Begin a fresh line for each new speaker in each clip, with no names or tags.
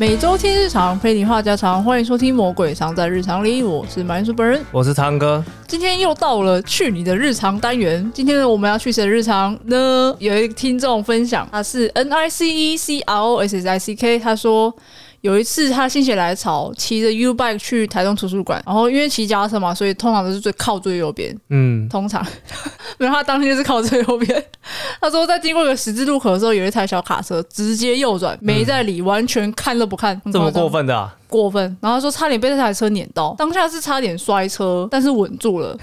每周听日常，陪你话家常，欢迎收听《魔鬼藏在日常里》，我是马叔本人。
我是汤哥，
今天又到了去你的日常单元，今天呢，我们要去谁的日常呢？有一个听众分享，他是 N I C E C R O S S I C K，他说。有一次，他心血来潮，骑着 U bike 去台中图书馆，然后因为骑脚踏车嘛，所以通常都是最靠最右边，
嗯，
通常，然后他当天就是靠最右边。他说在经过一个十字路口的时候，有一台小卡车直接右转，没在理，完全看都不看，很
这么
夸张
过分的、啊，
过分。然后他说差点被这台车碾到，当下是差点摔车，但是稳住了。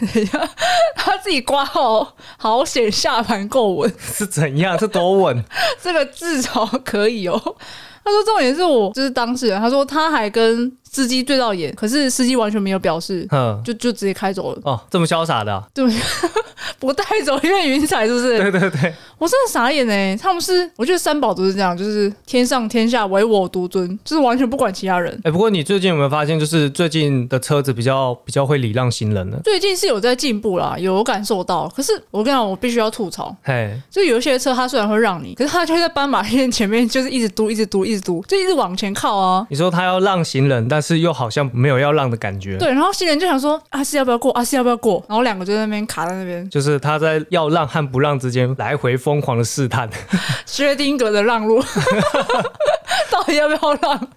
他自己挂号，好险下盘够稳，
是怎样？是多稳？
这个至少可以哦。他说重点是我就是当事人，他说他还跟司机对到眼，可是司机完全没有表示，
哼，
就就直接开走了，
哦，这么潇洒的啊、
对不对？不带走因为云彩是不是？
对对对，
我真的傻眼哎、他们是，我觉得三宝都是这样，就是天上天下唯我独尊，就是完全不管其他人。
哎，不过你最近有没有发现，就是最近的车子比较比较会礼让行人了？
最近是有在进步啦，有感受到。可是我跟你讲，我必须要吐槽，
嘿，
就有一些车它虽然会让你，可是它就会在斑马线前面就是一直嘟、一直嘟、一直嘟，就一直往前靠啊。
你说他要让行人，但是又好像没有要让的感觉，
对，然后新人就想说啊是要不要过啊是要不要过，然后两个就在那边卡在那边，
就是他在要让和不让之间来回疯狂的试探。
薛丁格的让路， 到底要不要让？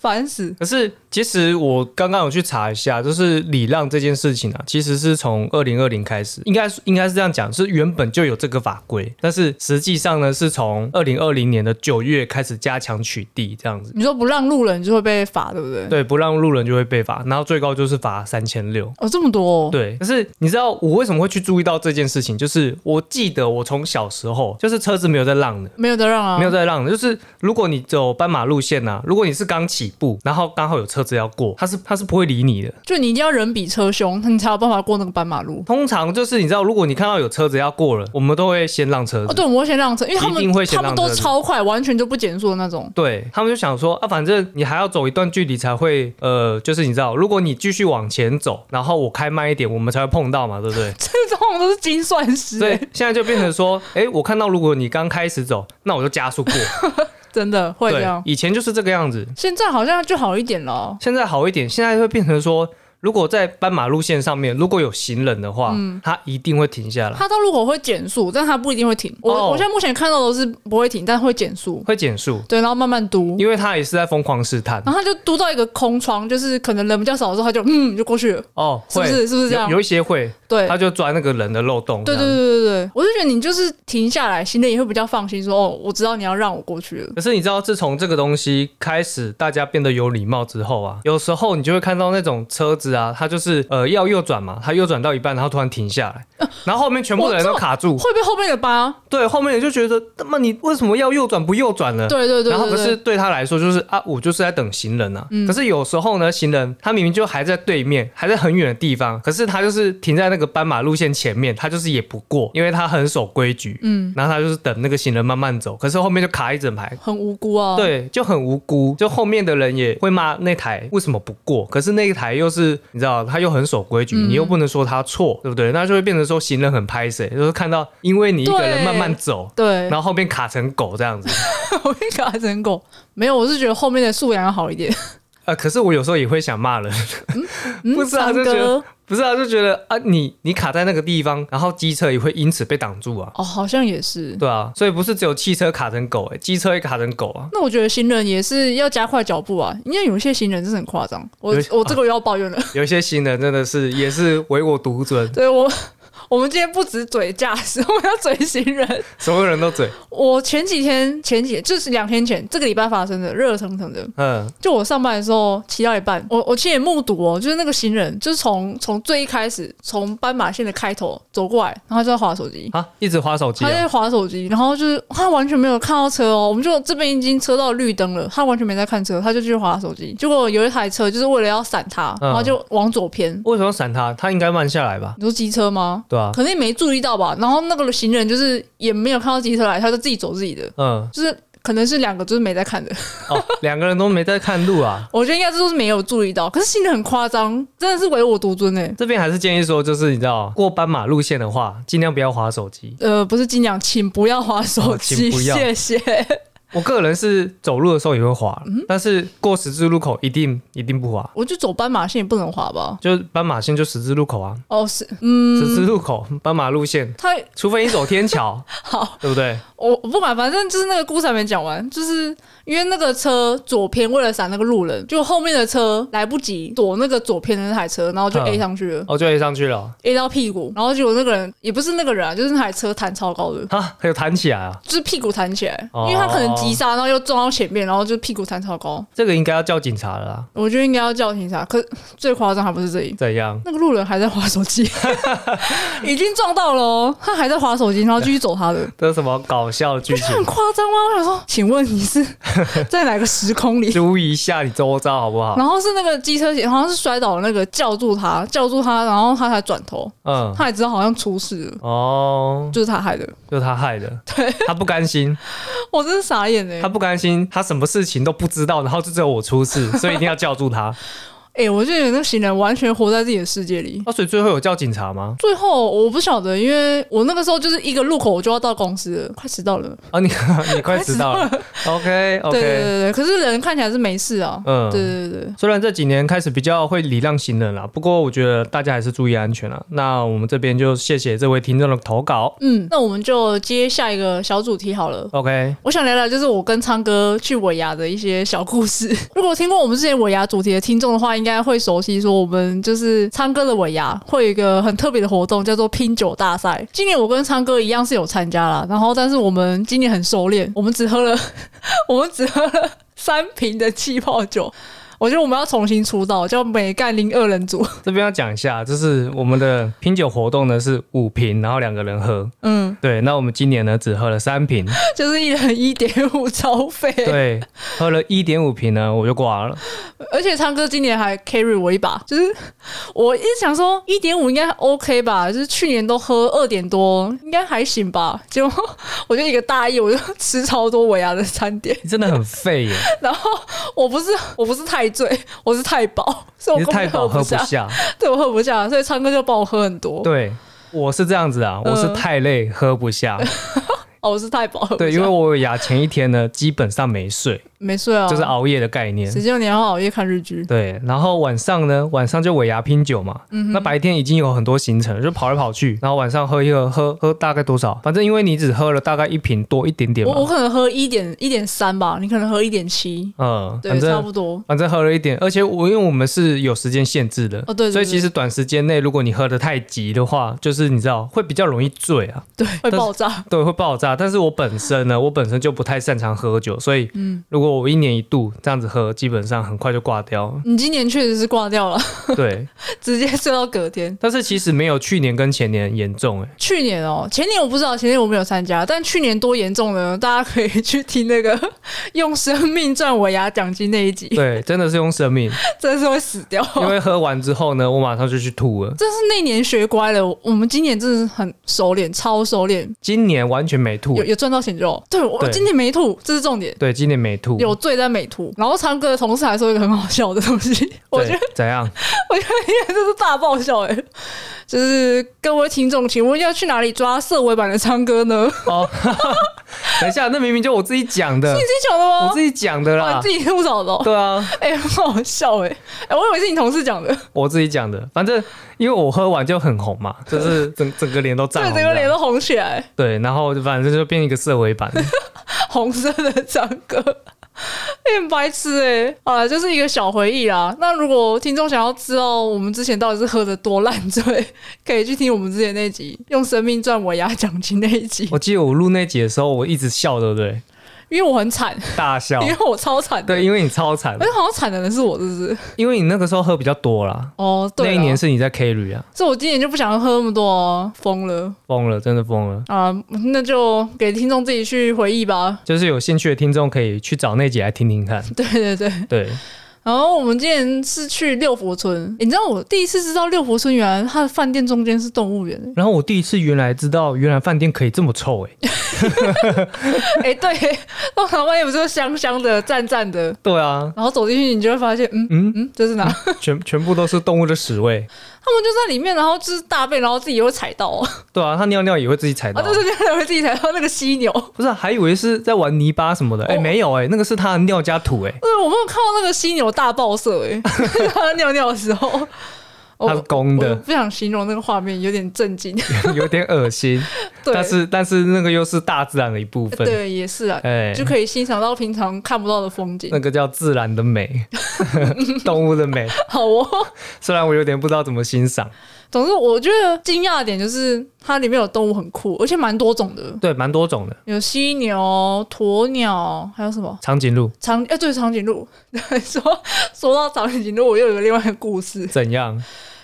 烦死！
可是其实我刚刚有去查一下，就是礼让这件事情啊，其实是从二零二零开始，应该是应该是这样讲，是原本就有这个法规，但是实际上呢，是从二零二零年的九月开始加强取缔这样子。
你说不让路人就会被罚，对不对？
对，不让路人就会被罚，然后最高就是罚三千六。
哦，这么多、哦，
对，可是你知道我为什么会去注意到这件事情？就是我记得我从小时候就是车子没有在让的，
没有得让啊，
没有在让的，就是如果你走斑马路线呐、啊，如果你是刚起步，然后刚好有车子要过，他是他是不会理你的。
就你一定要人比车凶，你才有办法过那个斑马路。
通常就是你知道，如果你看到有车子要过了，我们都会先让车
哦，
子。
对，我们会先让车，因为他
一定会
们
先
他
让
们都
车
超快，完全就不减速的那种。？
对他们就想说啊，反正你还要走一段距离才会，呃，就是你知道，如果你继续往前走，然后我开慢一点，我们才会碰到嘛，对不对
这种都是精算师、
所以
欸，
现在就变成说，哎，我看到如果你刚开始走，那我就加速过。
真的会这
对
样，。
以前就是这个样子，
现在好像就好一点了。
现在好一点，现在会变成说，如果在斑马路线上面如果有行人的话，
嗯
他一定会停下来，
它到路口会减速，但它不一定会停。我、
哦
我现在目前看到的是不会停，但会减速，
会减速，
对，然后慢慢嘟，
因为他也是在疯狂试探。
然后它就嘟到一个空窗，就是可能人比较少的时候，它就嗯就过去了，
哦，
是不
会
是？是不是这样？
有有一些会，
对，
他就钻那个人的漏洞。
对对
这样
对对对，我是觉得你就是停下来，行人也会比较放心说哦，我知道你要让我过去了。
可是你知道，自从这个东西开始，大家变得有礼貌之后啊，有时候你就会看到那种车子啊，它就是呃要右转嘛，它右转到一半，然后突然停下
哦
来，然后后面全部的人都卡住，
会被后面的扒，
对，后面人就觉得，那么你为什么要右转不右转呢？
对对对对
然后可
对嗯
是对他来说就是啊，我就是在等行人啊。可是有时候呢，行人他明明就还在对面，还在很远的地方，可是他就是停在那个斑马路线前面，他就是也不过，因为他很守规矩。嗯，然后他就是等那个行人慢慢走，可是后面就卡一整排。
很无辜啊。，
对，就很无辜，就后面的人也会骂那台为什么不过，可是那一台又是你知道，他又很守规矩，
嗯
你又不能说他错，对不对？那就会变成说行人很拍谁，就是看到因为你一个人
对
慢慢走，
对，
然后后面卡成狗这样子。
我被卡成狗。没有，我是觉得后面的素养要好一点。
呃，可是我有时候也会想骂人，
嗯
不是啊
三
就觉得
哥，
不是啊，就觉得啊，你你卡在那个地方，然后机车也会因此被挡住啊，
哦，好像也是。
对啊，所以不是只有汽车卡成狗、欸，机车也卡成狗啊。
那我觉得行人也是要加快脚步啊，因为有些行人真的很夸张。我
有一些
我这个又要抱怨了，
有一些行人真的是也是唯我独尊，
对我。我们今天不止嘴驾驶，我们要嘴行人。
所有人都嘴，
我前几天、前几就是两天前，这个礼拜发生的，热腾腾的。
嗯，
就我上班的时候骑到一半，我我亲眼目睹哦，就是那个行人，就是从从最一开始，从斑马线的开头走过来，然后他就在划手机，
啊，一直划手机、
他
啊，
在划手机，然后就是他完全没有看到车哦，我们就这边已经车到绿灯了，他完全没在看车，他就继续划手机。结果有一台车就是为了要闪他，
嗯
然后就往左偏。
为什么要闪他？他应该慢下来吧，
你说机车吗？
对啊，
可能也没注意到吧。然后那个行人就是也没有看到机车来，他就自己走自己的，
嗯，
就是可能是两个就是没在看的。
哦，两个人都没在看路啊。
我觉得应该是都是没有注意到，可是行人很夸张，真的是唯我独尊哎、
这边还是建议说，就是你知道过斑马路线的话，尽量不要划手机。
呃，不是金娘，请不要划手
哦
机，
请不要
谢谢。
我个人是走路的时候也会滑，但是过十字路口一定一定不滑，
我就走斑马线也不能滑吧？
就是斑马线就十字路口啊，
哦，是，嗯，
十字路口斑马路线，
他
除非你走天桥，
好，
对不对？
我我不管，反正就是那个故事还没讲完，就是因为那个车左偏为了闪那个路人，就后面的车来不及躲那个左偏的那台车，然后就
嗯
A 上去了、
哦，就 A 上去了
a 到屁股，然后结果那个人也不是那个人啊，就是那台车弹超高的。
啊，还有弹起来啊，
就是屁股弹起来，
哦
因为他可能急刹，然后又撞到前面，然后就屁股弹超高。
这个应该要叫警察了啦。
我觉得应该要叫警察。可最夸张还不是这里，
怎样？
那个路人还在划手 机，已经撞到了、哦，他还在划手机，然后继续走他的，
这是什么搞笑剧情？
很夸张吗？我想说，请问你是在哪个时空 里？
注意一下你周遭 好不好？
然后是那个机车姐，好像是摔倒那个叫住他，叫住他，然后他才转头，
嗯，
他也知道好像出事了，
哦，
就是他害的。
就是他害的，他不甘心，
我真是傻眼哎、
他不甘心，他什么事情都不知道，然后就只有我出事， 所以一定要叫住他。
哎、我就觉得那个行人完全活在自己的世界里。
啊那所以最后有叫警察吗？
最后我不晓得，因为我那个时候就是一个路口我就要到公司了，快迟到了。
啊，你 你快知 道了，OK
对对
OK，
对对，可是人看起来是没事啊。
嗯，
对对对对，
虽然这几年开始比较会礼让行人啦，不过我觉得大家还是注意安全啦。那我们这边就谢谢这位听众的投稿。
嗯，那我们就接下一个小主题好了。
OK，
我想聊聊就是我跟昌哥去尾牙的一些小故事。 如果听过我们之前尾牙主题的听众的话，应该会熟悉说我们就是昌哥的尾牙会有一个很特别的活动，叫做拼酒大赛。今年我跟昌哥一样是有参加啦，然后但是我们今年很收敛，我们只喝了 我们只喝了三瓶的气泡酒。我觉得我们要重新出道，叫美干零二人组。
这边要讲一下，就是我们的拼酒活动呢是五瓶，然后两个人喝。
嗯，
对，那我们今年呢只喝了 三瓶，
就是一人一点五超费。
对，喝了一点五瓶呢我就挂了。
而且唱歌今年还 carry 我一把，就是我一直想说一点五应该 OK 吧，就是去年都喝二点多，应该还行吧。结果我就一个大意，我就吃超多维亚的餐点，
你真的很废 耶，
然后我不是我不是太醉，我是太饱，所以
你
我
是
根
太
本
饱喝
不
不
下，
下。
对我喝不下，所以唱歌就帮我喝很多。
对，我是这样子啊，我是
嗯
太累喝不下。
哦，我是太饱喝不下，
对，因为我牙前一天呢基本上没睡，
没睡啊，
就是熬夜的概念。
谁叫你要熬夜看日剧？
对，然后晚上呢，晚上就尾牙拼酒嘛。
嗯
那白天已经有很多行程，就跑来跑去，然后晚上喝一喝，喝喝大概多少？反正因为你只喝了大概一瓶多一点点
我我
嘛，
可能喝一点一点三吧，你可能喝一点七，
嗯，
对，
反
差
正
不多。
反正喝了一点，而且我因为我们是有时间限制的，
哦对对
所以
对
其实短时间内如果你喝的太急的话，就是你知道会比较容易醉啊，
对，会
但是
爆炸。。
对，会爆炸。但是我本身呢，我本身就不太擅长喝酒，所以如果我一年一度这样子喝，基本上很快就挂掉了
你今年确实是挂掉了，
对，
直接睡到隔天。
但是其实没有去年跟前年严重、欸，
去年哦，前年我不知道，前年我没有参加，但去年多严重呢？ 大家可以去听那个 用生命赚尾牙奖金那一集，
对，真的是用 生命，
真是会死掉。
因为喝完之后呢，我马上就去吐了。
真是那年学乖了，我们今年真的是很熟练，超熟练，
今年完全没吐
有，有赚到钱就好。对我
对
今年没吐，这是重点。
对，今年没吐。
有醉但没吐，然后唱歌的同事还说一个很好笑的东西， 我
对
觉得
怎样？
我觉得应该就是大爆笑哎、就是各位听众，请问要去哪里抓色尾版的唱歌 呢？
哦，等一下，那明明就我自己讲的，
你自己讲的吗？
我自己讲的
哇
啦
你自。己吐槽的、哦，
对啊，
哎、很好笑哎、哎、我以为是你同事讲的，
我自己讲的。反正因为我喝完就很红嘛，就是整整个脸都
对
涨，红
整个
这
脸
样。
都红起来，
对，然后反正就变一个 色尾版。
红色的唱歌，哎很白痴哎、好了，就是一个小回忆啦。那如果听众想要知道我们之前到底是喝的多烂醉，可以去听我们之前那集《用生命赚我牙奖金》那一集，
我记得我录那集的时候，我一直笑，对不对？
因为我很惨，
大笑
因。为呃我超惨的，
哦对，因为你超惨
而，且好像惨的人是我，是不是？
因为你那个时候喝比较多啦。
哦，对
那
啦，
一年是你在 carry 啊，
所以我今年就不想喝那么多、哦，疯了
疯了，真的疯了。
啊、那就给听众自己去回忆吧。
就是有兴趣的听众可以去找那集来听听看。
对对对，
对，
然后我们今年是去六福村，欸诶你知道我第一次知道六福村原来它的饭店中间是动物园、
然后我第一次原来知道，原来饭店可以这么臭哎、
诶，哎、对，通常外面不是香香的、淡淡的，
对啊，
然后走进去你就会发现，嗯
嗯，
嗯，这是哪？
全全部都是动物的屎味。
他们就在里面，然后就是大便，然后自己也会踩到，啊，
对啊，它尿尿也会自己踩到。
对对对，然后自己踩到那个犀牛。
不是啊、还以为是在玩泥巴什么的，哎、
哦
没有哎、那个是它的尿加土哎、
对，我没有看到那个犀牛大爆射、诶，哎，它尿尿的时 候，哦
它是公
我
的，
不想形容那个画面，有点震 惊。
有点恶 心，
对，
但是但是那个又是大自然的一部分，
对，也是啊，
哎、
就可以欣赏到平常看不到的风景
那。个叫自然的 美，动物的美，
好哦，
虽然我有点不知道怎么欣赏，
总之我觉得惊讶的点就是它里面有动物很酷，而且蛮多种的，
对，蛮多种的。
有犀牛、鸵鸟，还有什么
长颈鹿
长？哎、对，长颈鹿。 对，说说到长颈鹿，我又有另外一个故事，
怎样？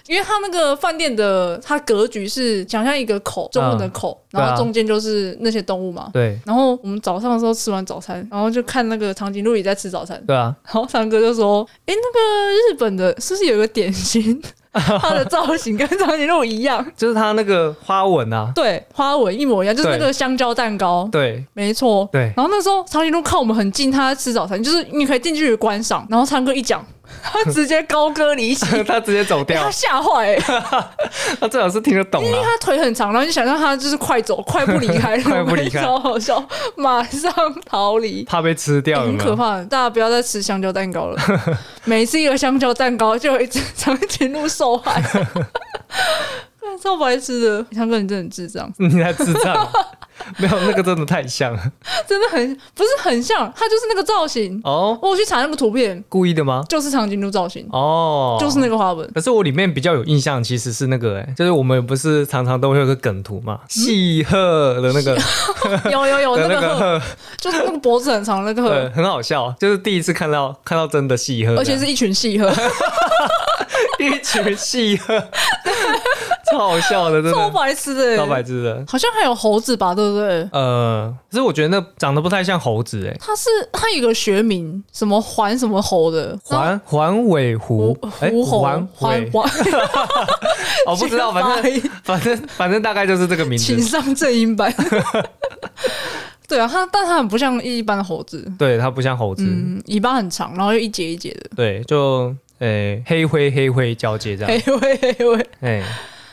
因为它那个饭店的它格局是想象一个口，中文的口，
对啊
然后中间就是那些动物嘛。
对
然后我们早上的时候吃完早餐，然后就看那个长颈鹿也在吃早餐，
对啊，
然后长哥就说：“哎、那个日本的是不是有个点心， 它的造型跟长颈鹿一样？
就是它那个花纹啊，
对，花纹一模一样，就是那
对
个香蕉蛋糕，
对
没错。”
对，
然后那时候长颈鹿靠我们很近，它在吃早餐，就是你可以进去观赏。然后长哥一讲， 他直接高歌离 席，
它直接走
欸
掉
他，吓坏、欸，
它最好是听得懂啊。
他腿很长，然后就想让他就是快走，快不离开，
快步离开
超好笑，马上逃离。
怕被吃掉，有
哎很
没
可
有？
怕，大家不要再吃香蕉蛋糕了。每次一个香蕉蛋糕，就有一只 长颈鹿受害， 看超白痴的。强哥，你真的很智障，
你才智障，啊 没有那个真的太像了
真的很不是很像，它就是那个造型。
哦，
我有去查那个图片，
故意的吗？
就是长颈鹿造型，
哦，
就是那个 花纹。
可是我里面比较有印象，其实是那个、欸，就是我们不是常常都会有个梗图嘛，戏鹤的那个
有有有，那
的那
个嗯鹤
个
就是那个脖子很长的那个
鹤，对，
鹤，
很好笑，啊就是第一次看到看到真的戏鹤，
而且是一群细鹤，
这样 一群戏鹤， 超好笑的，真
超
的
白痴的
超
欸。
白痴的。
好像还有猴子吧，对不对？
呃，可是我觉得那长得不太像猴子、欸，
它是它有个学名，什么环什么猴的，
环环尾
哦狐
狐，哎，
狐猴
环
环
尾，
环，
我不 知道，反正
正
反正反正大概就是这个名
请
字。
上正音 版。对啊，它但它很不像一般的猴子，
对，它不像猴子，
嗯，尾巴很长，然后又一节一节的。
对，就诶、黑灰黑灰交接这样。
嘿喂嘿喂，
哎、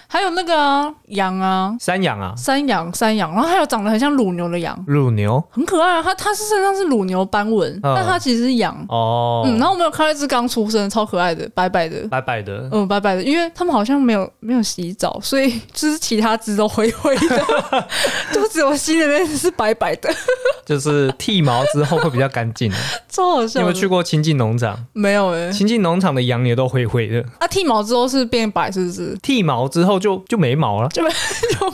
还有那个啊羊啊，
山羊啊，
山羊山羊，然后还有长得很像乳牛的羊，
乳牛
很可爱啊。它它是身上是乳牛斑纹，
嗯
但它其实是羊。
哦，
嗯，然后我们有看到一只刚出生，超可爱的，白白的。
白白的，
嗯，白白的，因为他们好像没有没有洗澡，所以就是其他只都灰灰的， 就只有新的那只是白白的，
就是剃毛之后会比较干净。啊
超好
你
笑
有
的。
没有去过亲近农场？
没有哎、
亲近农场的羊也都灰灰的，？
啊，剃毛之后是变白，是不是
剃毛之后就就没毛了。
就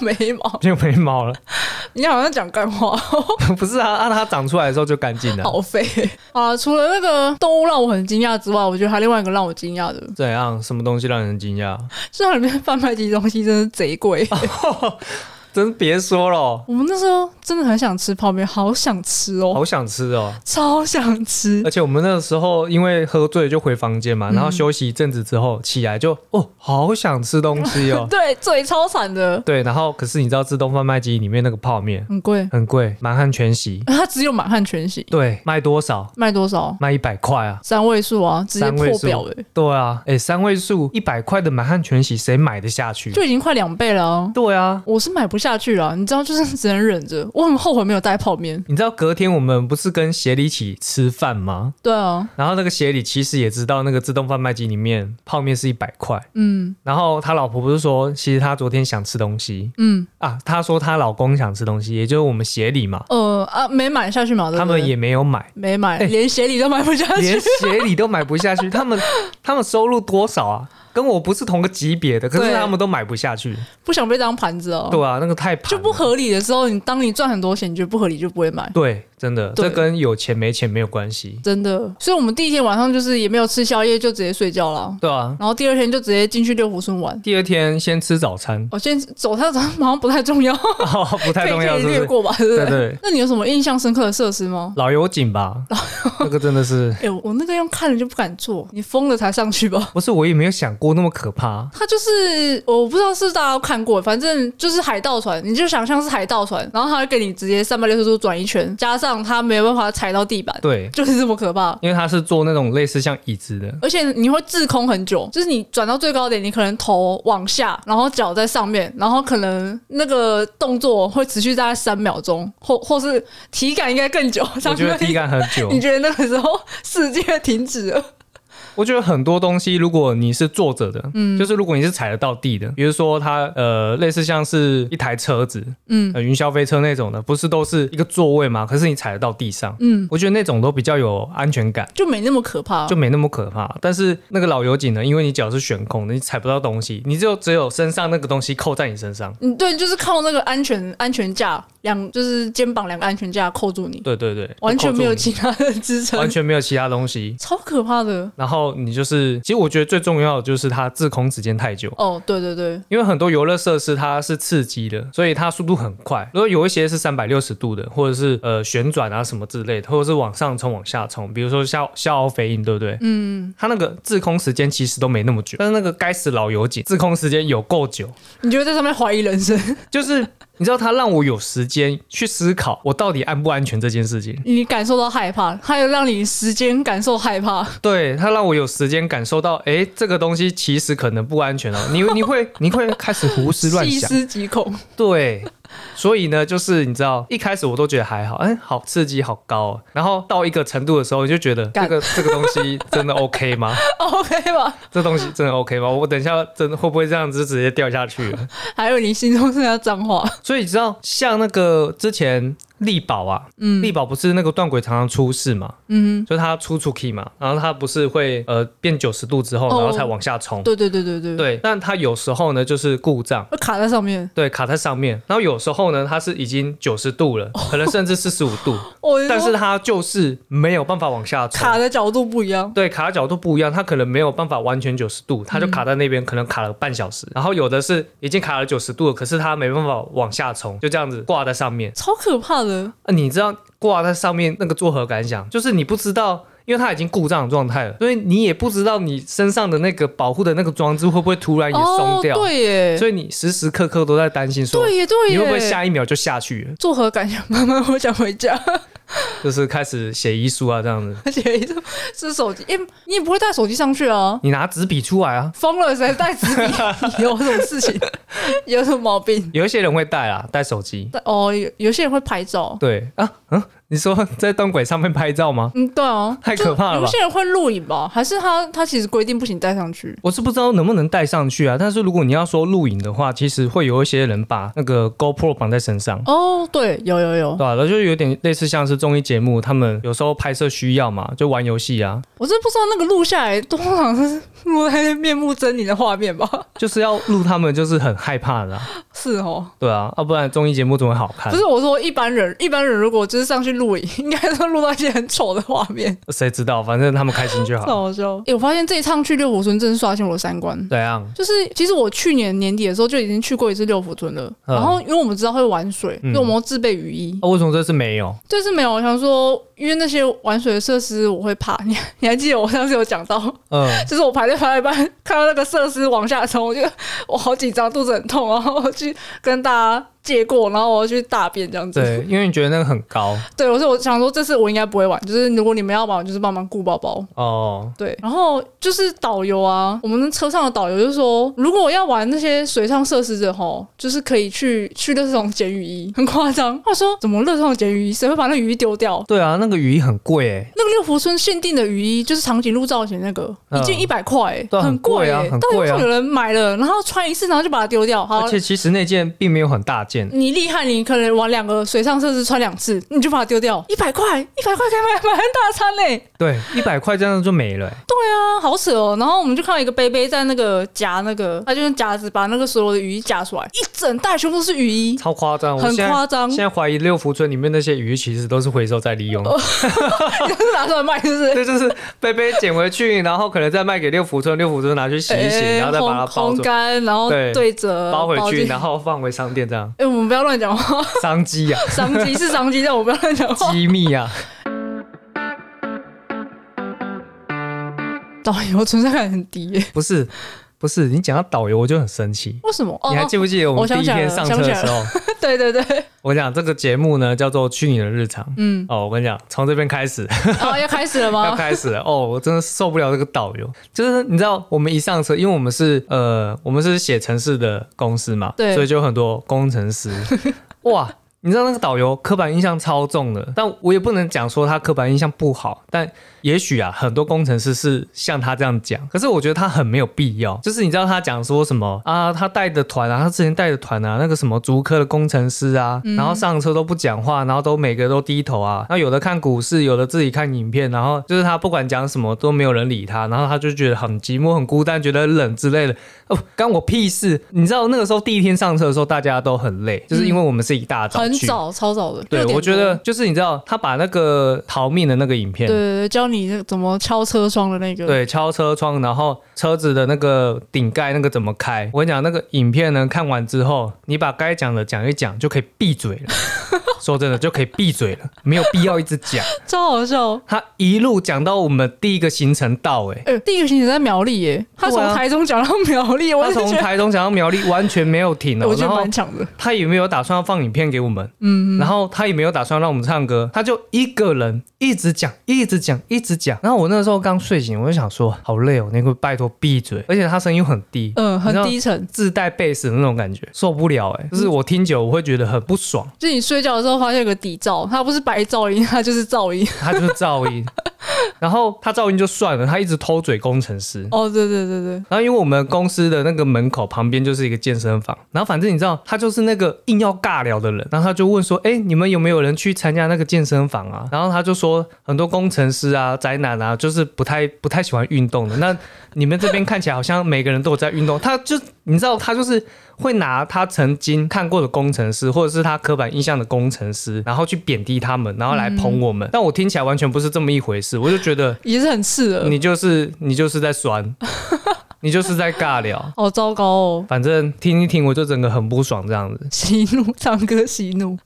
眉毛？
就没毛了，
你好像讲干话，
不是啊，按、它长出来的时候就干净了。
好废啊！除了那个动物让我很惊讶之外，我觉得还另外一个让我惊讶的，
怎样？什么东西让人惊讶？
是它里面贩卖机东西真的贼贵。
真别说了，
我们那时候真的很想吃泡面，好想吃哦，
好想吃哦。
超想吃
而。且我们那个时候因为喝醉就回房间嘛，然后休息一阵子之后起来就哦，好想吃东 西哦。
对，嘴超惨的，
对，然后可是你知道自动贩卖机里面那个泡面
很贵。
很贵，满汉全席，
啊它只有满汉全席，
对，卖多少？
卖多少？
卖一百块啊！
三位数啊，直接
三位
破
数
表哎、
对啊，哎，三位数一百块的满汉全席，谁买得下去？
就已经快两倍了、啊。
对啊，
我是买不下去了，你知道，就是 只能忍着。我很后悔没有带泡面。
你知道隔天我们不是跟协理一起吃饭吗？
对啊，
然后那个协理其实也知道那个自动贩卖机里面泡面是一百块，
嗯
然后他老婆不是说，其实他昨天想吃东西，
嗯，
啊，她说她老公想吃东西，也就是我们协理嘛，
呃啊，没买下去嘛，对不
他
对
们也没有买，
没买，
哎
连鞋底都买不下去
连。协理都买不下 去。他们他们收入多少啊？跟我不是同个级别的，可是
对
他们都买不下去。
不想被当盘子哦。
对啊，那个太盘
就不
了
合理的时候，你当你赚很多钱，你觉得不合理就不会买。
对，真的，
对
这跟有钱没钱没有关系，
真的。所以我们第一天晚上就是也没有吃宵夜，就直接睡觉了。
对啊。
然后第二天就直接进去六福村玩。，
第二天先吃早餐
我、现在走他早上好像不太重 要，
哦、不太重要，
可以
是不
略
是？
过吧，对不
对对
那你有什么印象深刻的设施吗？
老油 井吧，这个真的是，
哎、我那个用看了就不敢坐，你疯了才上去吧。
不是我也没有想过那么可怕。
它就是我不知道是不是大家都看过，反正就是海盗船，你就想象是海盗船，然后它会给你直接三百六十度转一圈，加上它没有办法踩到地板，
对，
就是这么可怕。
因为它是做那种类似像椅子的，
而且你会滞空很久，就是你转到最高点，你可能头往下，然后脚在上面，然后可能那个动作会持续大概三秒钟，或或是体感应该更久。。
我觉得体感很 久
你觉得那个时候世界停止了？
我觉得很多东西，如果你是坐着的，嗯，就是如果你是踩得到地的，比如说它呃，类似像是一台车子，
嗯
呃，云霄飞车那种的，不是都是一个座位吗？可是你踩得到地上，
嗯，
我觉得那种都比较有安全感。
就没那么可怕。
就没那么可怕，但是那个老油井呢，因为你脚是悬空的，你踩不到东西，你只有只有身上那个东西扣在你身上。
嗯，对，就是靠那个安全安全架，两就是肩膀两个安全架扣住你，
对对对，
完全没有
就扣住
其他的支
你，
撑
完，全没有其他东西。
超可怕的。
然后你就是，其实我觉得最重要的就是它滞空时间太久，
哦，对对对，
因为很多游乐设施它是刺激的，所以它速度很快。如果有一些是三百六十度的，或者是呃旋转啊什么之类的，或者是往上冲、往下冲，比如说笑笑傲飞鹰，对不对？嗯，它那个滞空时间其实都没那么久，但是那个该死老油井滞空时间有够久，
你就会在上面怀疑人生，
就是你知道它让我有时间去思考我到底安不安全这件事情。
你感受到害怕，还有让你时间感受害怕。
对，它让我有时间感受到，哎，这个东西其实可能不安全哦。你你会你会开始胡思乱
细
想。
思极恐，
对，所以呢，就是你知道，一开始我都觉得还好，哎，好刺激，好高、哦。然后到一个程度的时候，你就觉得这
干
个这个东西真的 OK 吗？
OK 吧？
这东西真的 OK 吗？我等一下真的会不会这样子直接掉下 去了？
还有你心中剩下脏话，
所以你知道，像那个之前力宝啊，嗯，力宝不是那个断轨常常出事嘛，嗯，就是它出出 key 嘛，然后它不是会呃变九十度之后，然后才
哦
往下冲，
对对对对对，
对，但它有时候呢就是故障。
会卡在上面。
对，卡在上面。然后有时候呢，它是已经九十度了，可能甚至四十五度，
我就说
但是它就是没有办法往下
哦卡
冲。
的角度不一样，
对，卡的角度不一样，它可能没有办法完全九十度，它就
嗯
卡在那边，可能卡了半小时。然后有的是已经卡了九十度了，可是它没办法往下冲，就这样子挂在上面。
超可怕的。
啊，你知道挂在上面那个作何感想？就是你不知道。因为它已经故障的状态了，所以你也不知道你身上的那个保护的那个装置会不会突然也松掉，
哦，对耶，
所以你时时刻刻都在担心说
对耶，对耶，
你会不会下一秒就下去了？
作何感想？妈妈，我想回家。
就是开始写遗书啊，这样子。
而且一直是手机，哎、你也不会带手机上去啊？
你拿纸笔出来啊，
疯了，谁带纸笔？ 有什么事情？有什么毛病？
有一些人会带啊，带手机。
但哦，有有些人会拍照，
对啊，嗯，你说在断轨上面拍照吗？
嗯，对啊，
太可怕了
就
吧
有些人会录影吧？还是他他其实规定不行带上去？
我是不知道能不能带上去啊，但是如果你要说录影的话，其实会有一些人把那个 GoPro 绑在身上。
哦，对，有有有
对，吧、啊？然后就有点类似像是综艺节目，他们有时候拍摄需要嘛，就玩游戏啊，
我真不知道那个录下来，通常是录在面目狰狞的画面吧？ 就是
要录他们就是很害怕的啊、
是哦，
对啊，要、不然综艺节目怎么会好看
不？是我说一般人，一般人如果就是上去录影，应该都录到一些很丑的画面，
谁知道，反正他们开心就
太
好。
好笑。哎、我发现这一趟去六福村真是刷新我的三观。
怎样？
就是其实我去年年底的时候就已经去过一次六福村了，
嗯
然后因为我们知道会玩水，
嗯
所以我们都自备雨衣。
啊、为什么这次没有？
这次没有，我想说，因为那些玩水的设施我会怕。你你还记得我上次有讲到，
嗯，
就是我排队排到一半，看到那个设施往下冲，我就我好紧张，肚子很痛，然后我去跟大家借过，然后我要去大便这样子。
对，因为你觉得那个很高
对，我说我想说这次我应该不会玩，就是如果你们要玩，我就是帮忙顾包包。
哦，
对，然后就是导游啊，我们车上的导游就说，如果要玩那些水上设施的吼，就是可以去去乐这种捡雨衣，很夸张。他说怎么乐这种捡雨衣，谁会把那雨衣丢掉？
对啊，那个雨衣很贵欸诶，
那个六福村限定的雨衣就是长颈鹿造型那个，
嗯
一件一百块欸，
对啊很
贵
贵啊
欸
很
到底
贵啊
有人买了，然后穿一次，然后就把它丢掉？好
而，且其实那件并没有很大件了。
你厉害，你可能玩两个水上设施穿两次，你就把它丢掉，一百块，一百块可以买买很大餐嘞、
对，一百块这样就没了、欸
对啊，好扯哦。然后我们就看到一个贝贝在那个夹那个，他就用夹子把那个所有的雨衣夹出来，一整袋全部都是雨 衣。
超夸张，我
很
现在
夸张
现在怀疑六福村里面那些鱼其实都是回收再利用的，
哦 你是拿出来卖，是不是？
这就是贝贝捡回去，然后可能再卖给六福村，六福村拿去洗一洗，
哎呃
然后再把它包
烘烘
着
干，然后
对
对折
包回去，
进
然后放回商店这样。
哎、我们不要乱讲话，
商机啊，
商机是商机，但我不要乱讲话。
机密啊，
导游存在感很低耶、
不是不是，你讲到导游我就很生气。
为什么？哦
你，还记不记得我
我
们
想
第一
起来
天
了
上
想
车
起
的
来
时候？
对对对，
我讲这个节目呢叫做《去你的日常》。
嗯，
哦，我跟你讲，从这边开始，
然后要开始了
要
吗？
开始了哦！我真的受不了这个导游，就是你知道，我们一上车，因为我们是呃，我们是写城市的公司嘛，
对
所以就有很多工 程师，哇！你知道那个导游刻板印象超重的，但我也不能讲说他刻板印象不好，但也许啊，很多工程师是像他这样讲，可是我觉得他很没有必要。就是你知道他讲说什么啊，他带的团啊，他之前带的团啊，那个什么竹科的工程师啊，
嗯
然后上车都不讲话，然后都每个都低头啊，那有的看股市，有的自己看影片，然后就是他不管讲什么都没有人理他，然后他就觉得很寂寞、很孤单，觉得很冷之类的。哦，干我屁事！你知道那个时候第一天上车的时候，大家都很累，就是因为我们是一大早
很
去。
早，超早的。
对，
6点
我觉
多
得就是你知道，他把那个逃命的那个影片，
对对对，教你那个怎么敲车窗的那个。
对，敲车窗，然后车子的那个顶盖那个怎么开？我跟你讲，那个影片呢，看完之后，你把该讲的讲一讲，就可以闭嘴 了。说真的，就可以闭嘴了，没有必要一直讲。
超好笑。
他一路讲到我们第一个行程到、欸，哎。
哎、第一个行程在苗栗耶，他从
对啊
台中讲到苗栗，我
他
也
从
觉得，
台中讲到苗栗，完全没有停哦、
我觉
然
得
后
蛮强的。
他也没有打算要放影片给我们，嗯，然后他也没有打算让我们唱歌，他就一个人一直讲，一直讲，一直讲。然后我那时候刚睡醒，我就想说，好累哦，那个拜托闭嘴，而且他声音又很低，
嗯，
你知
很
道
低沉。
自带贝斯的那种感觉，受不了哎、就是我听久我会觉得很不爽，
就是你睡觉的时候发现有个底噪，它不是白噪音， 它就是噪音。
他就是噪 音。然后他噪音就算了，他一直偷嘴工程师。
哦，对对对对，
然后因为我们公司的那个门口旁边就是一个健身房，然后反正你知道他就是那个硬要尬聊的人，然后他就问说：“哎，你们有没有人去参加那个健身房啊？”然后他就说很多工程师啊、宅男啊，就是不太 不太喜欢运动的。那你们这边看起来好像每个人都有在运动，他就你知道他就是会拿他曾经看过的工程师，或者是他刻板印象的工程师，然后去贬低他们，然后来捧我们。但我听起来完全不是这么一回事，我就觉得
也是很刺耳。
你就是你就是在酸， 你就是在尬聊。
好糟糕哦，
反正听一听，我就整个很不爽这样子。
息怒，唱歌息怒。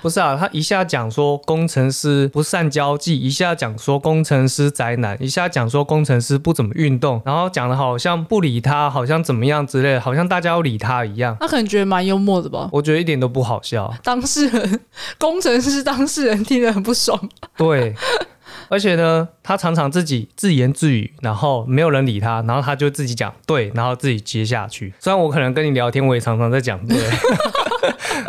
不是啊，他一下讲说工程师不善交际，一下讲说工程师宅男，一下讲说工程师不怎么运动，然后讲的好像不理他，好像怎么样之类的，好像大家要理他一样。
他可能觉得蛮幽默的吧。
我觉得一点都不好笑。
当事人，工程师当事人听得很不爽。
对，而且呢，他常常自己自言自语，然后没有人理他，然后他就自己讲对，然后自己接下去。虽然我可能跟你聊天，我也常常在讲对，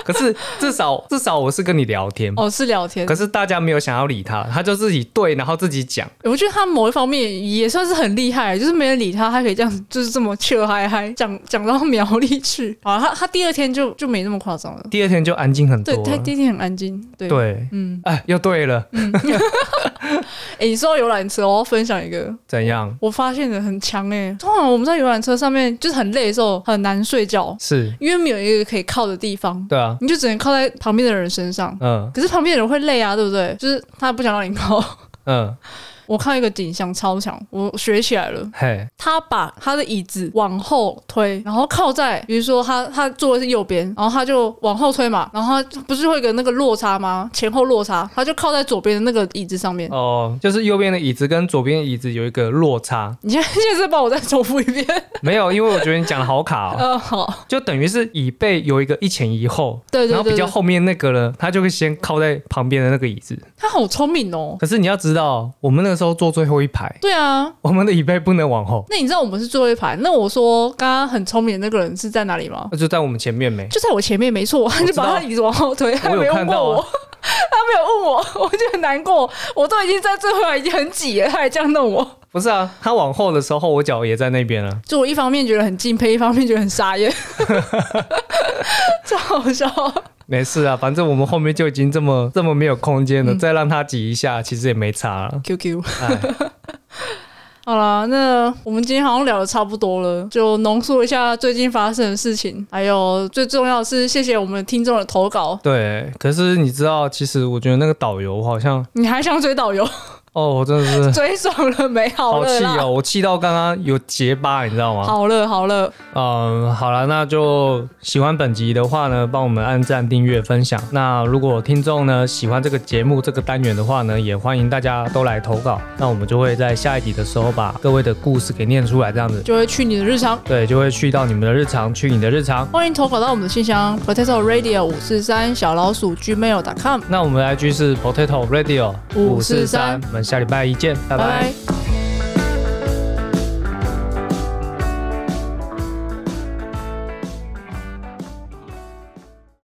可是至少至少我是跟你聊天。
哦，是聊天
可。是大家没有想要理他，他就自己对，然后自己讲。
我觉得他某一方面也算是很厉害，就是哎没人理他，他可以这样，就是这么气嗨嗨讲讲到苗栗去。好，他他第二天就就没那么夸张了。
第二天就安静很多
对，他
了。
第一天很安静。对，
对，
嗯，
哎，又对了，
哎、你说到游览车，我要分享一个，
怎样？
我发现的很强哎、通常我们在游览车上面就是很累的时候很难睡觉，
是，
因为没有一个可以靠的地方，
对啊，
你就只能靠在旁边的人身上。
嗯
可是旁边的人会累啊，对不对？就是他不想让你靠。
嗯，
我看到一个景象超强，我学起来了。
嘿，
他把他的椅子往后推，然后靠在，比如说他他坐的是右边，然后他就往后推嘛，然后他不是会有一个那个落差吗？前后落差，他就靠在左边的那个椅子上面。
哦，就是右边的椅子跟左边的椅子有一个落差，
你现在现在再帮我再重复一遍。
没有，因为我觉得你讲的好卡 哦。
呃，好，
就等于是椅背有一个一前一后，
对对
然后比
对
较
对，
后面那个呢，他就会先靠在旁边的那个椅子。
他好聪明哦。
可是你要知道，我们那个时候坐最后一排，
对啊，
我们的椅背不能往后，
那你知道我们是最后一排？那我说刚刚很聪明的那个人是在哪里吗？
那就在我们前面没。
就在我前面，没错，他就把他椅子往后推，他
我
没
有
有
看
问
到
我，
啊，
他没有问我，我 就很难过，我都已经在最后一排已经很挤了，他还这样弄我。
不是啊，他往后的时候，我脚也在那边啊。
就我一方面觉得很敬佩，一方面觉得很傻眼。 超好笑。
没事啊，反正我们后面就已经这么这么没有空间
嗯
了，再让他挤一下，其实也没差了。
QQ，
哎，
好啦，那我们今天好像聊的差不多了，就浓缩一下最近发生的事情，还有最重要的是，谢谢我们听众的投稿。
对，可是你知道，其实我觉得那个导游好像，
你还想追导游？
哦，我真的是
追上了没？好
好
了
气
啦，
哦，我气到刚刚有结巴，你知道吗？
好了好了，
嗯，好了，那就喜欢本集的话呢，帮我们按赞、订阅、分享。那如果听众呢喜欢这个节目这个单元的话呢，也欢迎大家都来投稿，那我们就会在下一集的时候把各位的故事给念出来，这样子，
就会去你的日常。
对，就会去到你们的日常，去你的日常。
欢迎投稿到我们的信箱 potato radio 五四三小老鼠 gmail.com，
哦那我们的 IG 是 potato radio
543
我们下礼拜一见，拜拜
拜拜